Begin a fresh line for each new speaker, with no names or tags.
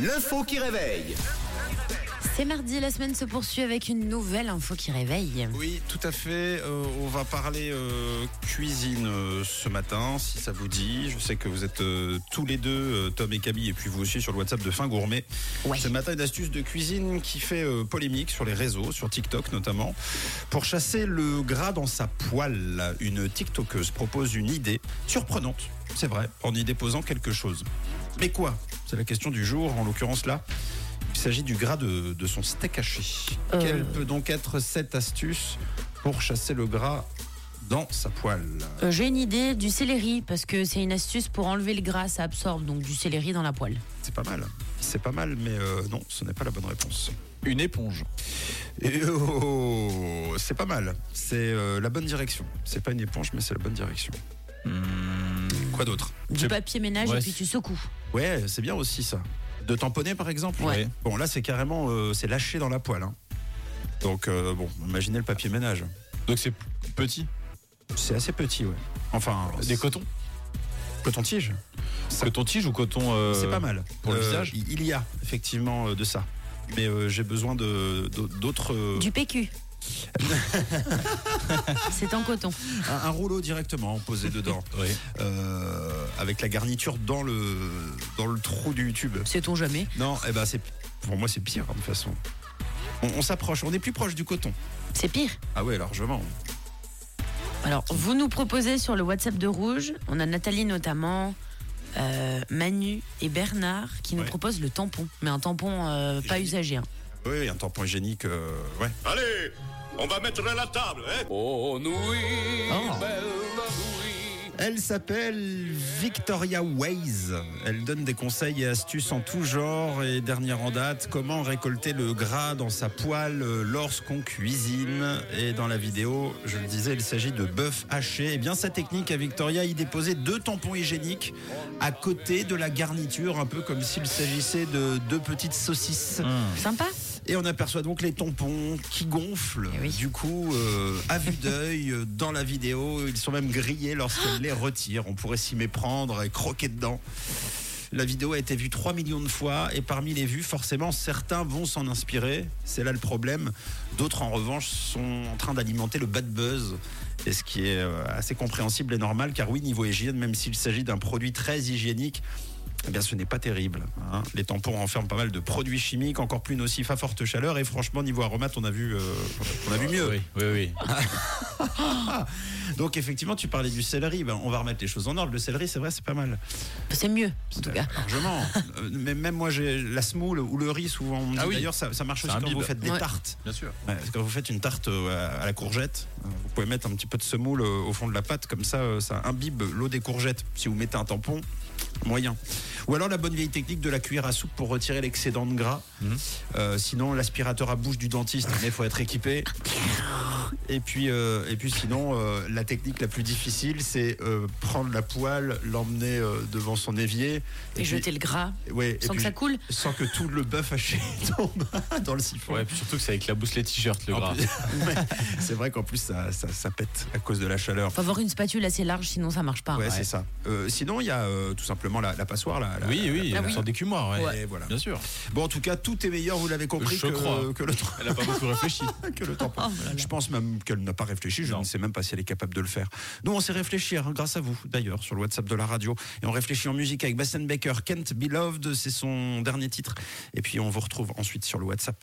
L'info qui réveille.
C'est mardi, la semaine se poursuit avec une nouvelle info qui réveille.
Oui, tout à fait. Euh, on va parler euh, cuisine euh, ce matin, si ça vous dit. Je sais que vous êtes euh, tous les deux, euh, Tom et Camille, et puis vous aussi sur le WhatsApp de Fin Gourmet.
Ouais.
Ce matin, une astuce de cuisine qui fait euh, polémique sur les réseaux, sur TikTok notamment. Pour chasser le gras dans sa poêle, une TikTokeuse propose une idée surprenante, c'est vrai, en y déposant quelque chose. Mais quoi C'est la question du jour, en l'occurrence là. Il s'agit du gras de, de son steak haché.
Euh.
Quelle peut donc être cette astuce pour chasser le gras dans sa poêle
Euh, J'ai une idée du céleri, parce que c'est une astuce pour enlever le gras, ça absorbe donc du céleri dans la poêle.
C'est pas mal. C'est pas mal, mais euh, non, ce n'est pas la bonne réponse.
Une éponge.
Et oh, c'est pas mal. C'est euh, la bonne direction. C'est pas une éponge, mais c'est la bonne direction.
Hmm.
Quoi d'autre
Du
Je-
papier ménage
Ouais,
et puis tu secoues.
Ouais, c'est bien aussi ça. De tamponner par exemple
Ouais.
Bon, là c'est carrément euh, c'est lâché dans la poêle. hein. Donc euh, bon, imaginez le papier ménage.
Donc c'est p- petit.
C'est assez petit, ouais. Enfin,
Des cotons.
coton-tiges.
Coton-tige ou coton. euh,
C'est pas mal.
pour le visage
Il il y a effectivement euh, de ça. Mais euh, j'ai besoin de d'au- d'autres. euh,
Du PQ. c'est en coton.
un, un rouleau directement posé dedans.
Oui.
Euh, avec la garniture dans le, dans le trou du tube.
Sait-on jamais
Non, eh ben c'est, pour moi c'est pire hein, de toute façon. On, on s'approche, on est plus proche du coton.
C'est pire.
Ah ouais, largement.
Alors, vous nous proposez sur le WhatsApp de Rouge, on a Nathalie notamment, euh, Manu et Bernard qui nous
Ouais.
proposent le tampon. Mais un tampon euh, pas
Joli.
usagé. hein.
Oui, un tampon hygiénique, euh, ouais.
Allez, on va mettre la table, hein
Oh,
Oh. Elle s'appelle Victoria Waze. Elle donne des conseils et astuces en tout genre et dernière en date, comment récolter le gras dans sa poêle euh, lorsqu'on cuisine. Et dans la vidéo, je le disais, il s'agit de bœuf haché. Et bien sa technique à Victoria, y déposer deux tampons hygiéniques à côté de la garniture, un peu comme s'il s'agissait de deux petites saucisses.
Sympa
Et on aperçoit donc les tampons qui gonflent.
Eh oui.
Du coup, euh, à vue d'œil, euh, dans la vidéo, ils sont même grillés lorsqu'on les retire. On pourrait s'y méprendre et croquer dedans. La vidéo a été vue 3 millions de fois et parmi les vues, forcément, certains vont s'en inspirer. C'est là le problème. D'autres, en revanche, sont en train d'alimenter le bad buzz. Et ce qui est euh, assez compréhensible et normal, car oui, niveau hygiène, même s'il s'agit d'un produit très hygiénique, eh bien, ce n'est pas terrible. hein. Les tampons renferment pas mal de produits chimiques, encore plus nocifs à forte chaleur. Et franchement, niveau aromate, on a vu, euh, on a vu mieux.
Oui, oui, oui.
Donc, effectivement, tu parlais du céleri. Ben, on va remettre les choses en ordre. Le céleri, c'est vrai, c'est pas mal.
C'est mieux, en tout cas.
Largement. Euh, Mais même moi, j'ai la semoule ou le riz, souvent. On me dit,
Ah oui.
D'ailleurs, ça, ça marche
Ça
aussi quand
imbibe.
vous faites des
Ouais.
tartes.
Bien sûr.
Ouais, parce que quand vous faites une tarte euh, à la courgette, euh, vous pouvez mettre un petit peu de semoule euh, au fond de la pâte, comme ça, euh, ça imbibe l'eau des courgettes. Si vous mettez un tampon, moyen. Ou alors la bonne vieille technique de la cuillère à soupe pour retirer l'excédent de gras. Euh, sinon, l'aspirateur à bouche du dentiste, mais il faut être équipé. Et puis, euh, et puis sinon, euh, la technique la plus difficile, c'est euh, prendre la poêle, l'emmener euh, devant son évier.
Et, jeter le gras
le... ouais, et
sans que
puis-
ça coule.
sans que tout le bœuf haché tombe dans le siphon.
Ouais, puis surtout que ça éclabousse les t-shirts, le
En
gras.
plus- Ouais, c'est vrai qu'en plus ça, ça, ça pète à cause de la chaleur.
Faut avoir une spatule assez large, sinon ça marche pas. hein.
Ouais, c'est ça. Euh, sinon, il y a euh, tout simplement la, la passoire. La, la-
Oui, oui,
Ah
on
oui.
sort des cumoirs, ouais.
Et voilà.
Bien sûr.
Bon, en tout cas, tout est meilleur, vous l'avez compris,
Je
que,
crois.
que le temps.
Elle a pas beaucoup réfléchi.
que le tampon. Je pense même qu'elle n'a pas réfléchi. Je
Non.
ne sais même pas si elle est capable de le faire. Nous, on sait réfléchir, hein, grâce à vous, d'ailleurs, sur le WhatsApp de la radio. Et on réfléchit en musique avec Bastian Baker, Kent Beloved, c'est son dernier titre. Et puis, on vous retrouve ensuite sur le WhatsApp.